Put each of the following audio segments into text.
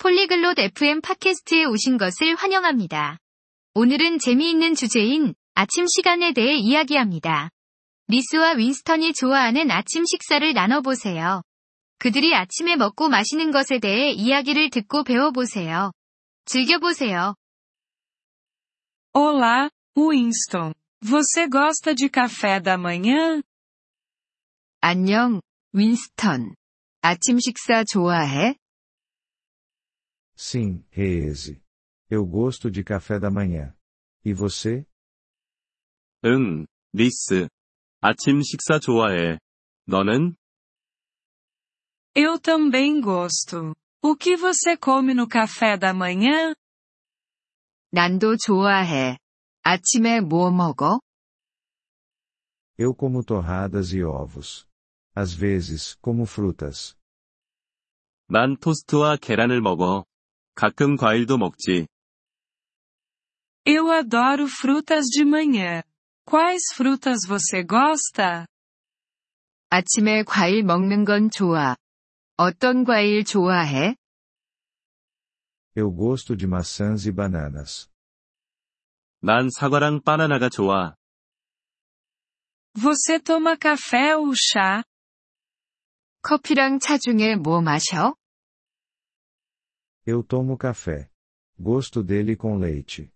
폴리글롯 FM 팟캐스트에 오신 것을 환영합니다. 오늘은 재미있는 주제인 아침 시간에 대해 이야기합니다. 리스와 윈스턴이 좋아하는 아침 식사를 나눠보세요. 그들이 아침에 먹고 마시는 것에 대해 이야기를 듣고 배워보세요. 즐겨보세요. Olá, Winston. Você gosta de café da manhã? 안녕, 윈스턴. 아침 식사 좋아해? Sim, Reese. Eu gosto de café da manhã. E você? 응, 리스. 아침 식사 좋아해. 너는? Eu também gosto. O que você come no café da manhã? 난도 좋아해. 아침에 뭐 먹어? Eu como torradas e ovos. Às vezes, como frutas. 난 토스트와 계란을 먹어. 가끔 과일도 먹지. Eu adoro frutas de manhã. Quais frutas você gosta? 아침에 과일 먹는 건 좋아. 어떤 과일 좋아해? Eu gosto de maçãs e bananas. 난 사과랑 바나나가 좋아. Você toma café ou chá? 커피랑 차 중에 뭐 마셔? Eu tomo café. Gosto dele com leite.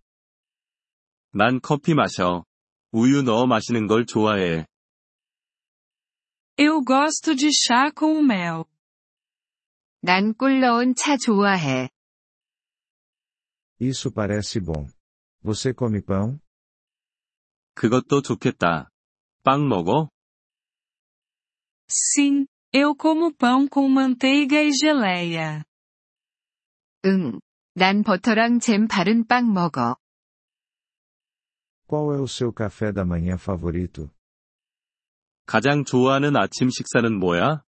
난 커피 마셔. 우유 넣어 마시는 걸 좋아해. Eu gosto de chá com mel. 난 꿀 넣은 차 좋아해. Isso parece bom. Você come pão? 그것도 좋겠다. 빵 먹어? Sim, eu como pão com manteiga e geleia. 응. 난 버터랑 잼 바른 빵 먹어. Qual é o seu café da manhã favorito? 가장 좋아하는 아침 식사는 뭐야?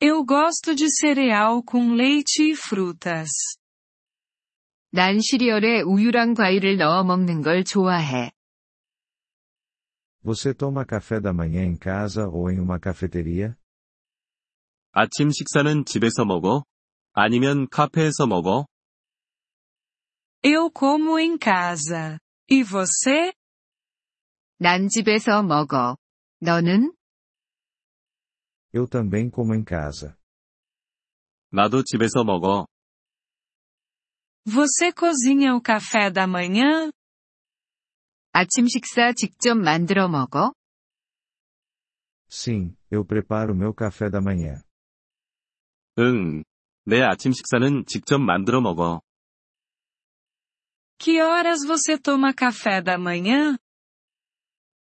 Eu gosto de cereal com leite e frutas. 난 시리얼에 우유랑 과일을 넣어 먹는 걸 좋아해. Você toma café da manhã em casa ou em uma cafeteria? 아침 식사는 집에서 먹어? 아니면 카페에서 먹어? Eu como em casa. E você? 난 집에서 먹어. 너는? Eu também como em casa. 나도 집에서 먹어. Você cozinha o café da manhã? 아침 식사 직접 만들어 먹어? Sim, eu preparo meu café da manhã. 응. 내 아침 식사는 직접 만들어 먹어. Que horas você toma café da manhã?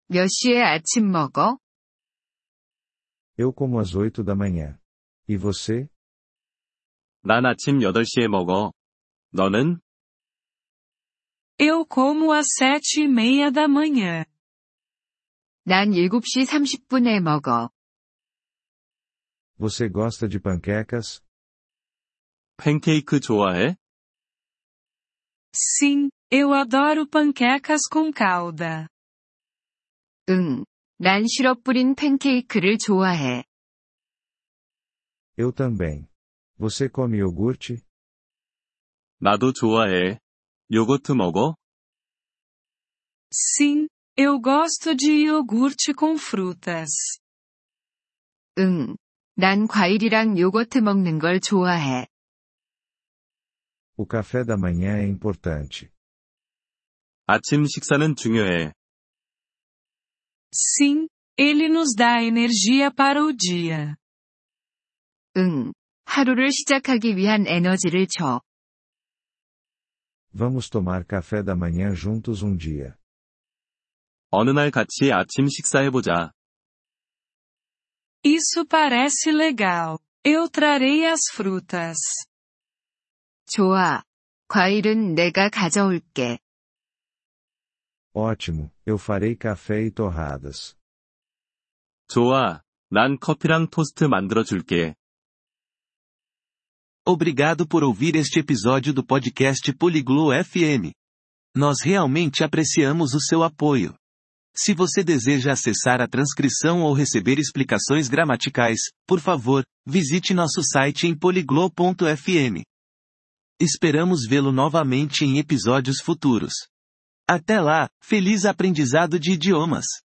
몇 시에 아침 먹어? Eu como às oito da manhã. E você? 난 아침 8시에 먹어. 너는? Eu como às sete e meia da manhã. 난 7시 30분에 먹어. Você gosta de panquecas? 팬케이크 좋아해? Sim, eu adoro panquecas com calda. 응. 난 시럽 뿌린 팬케이크를 좋아해. Eu também. Você come iogurte? 나도 좋아해. 요거트 먹어? Sim, eu gosto de iogurte com frutas. 응. 난 과일이랑 요거트 먹는 걸 좋아해. O café da manhã é importante. 아침 식사는 중요해. Sim, ele nos dá energia para o dia. 응. 하루를 시작하기 위한 에너지를 줘. Vamos tomar café da manhã juntos um dia. 어느 날 같이 아침 식사해보자. Isso parece legal. Eu trarei as frutas. 좋아. 과일은 내가 가져올게. Ótimo, eu farei café e torradas. 좋아. 난 커피랑 토스트 만들어 줄게. Obrigado por ouvir este episódio do podcast Poliglo FM. Nós realmente apreciamos o seu apoio. Se você deseja acessar a transcrição ou receber explicações gramaticais, por favor, visite nosso site em poliglo.fm. Esperamos vê-lo novamente em episódios futuros. Até lá, feliz aprendizado de idiomas!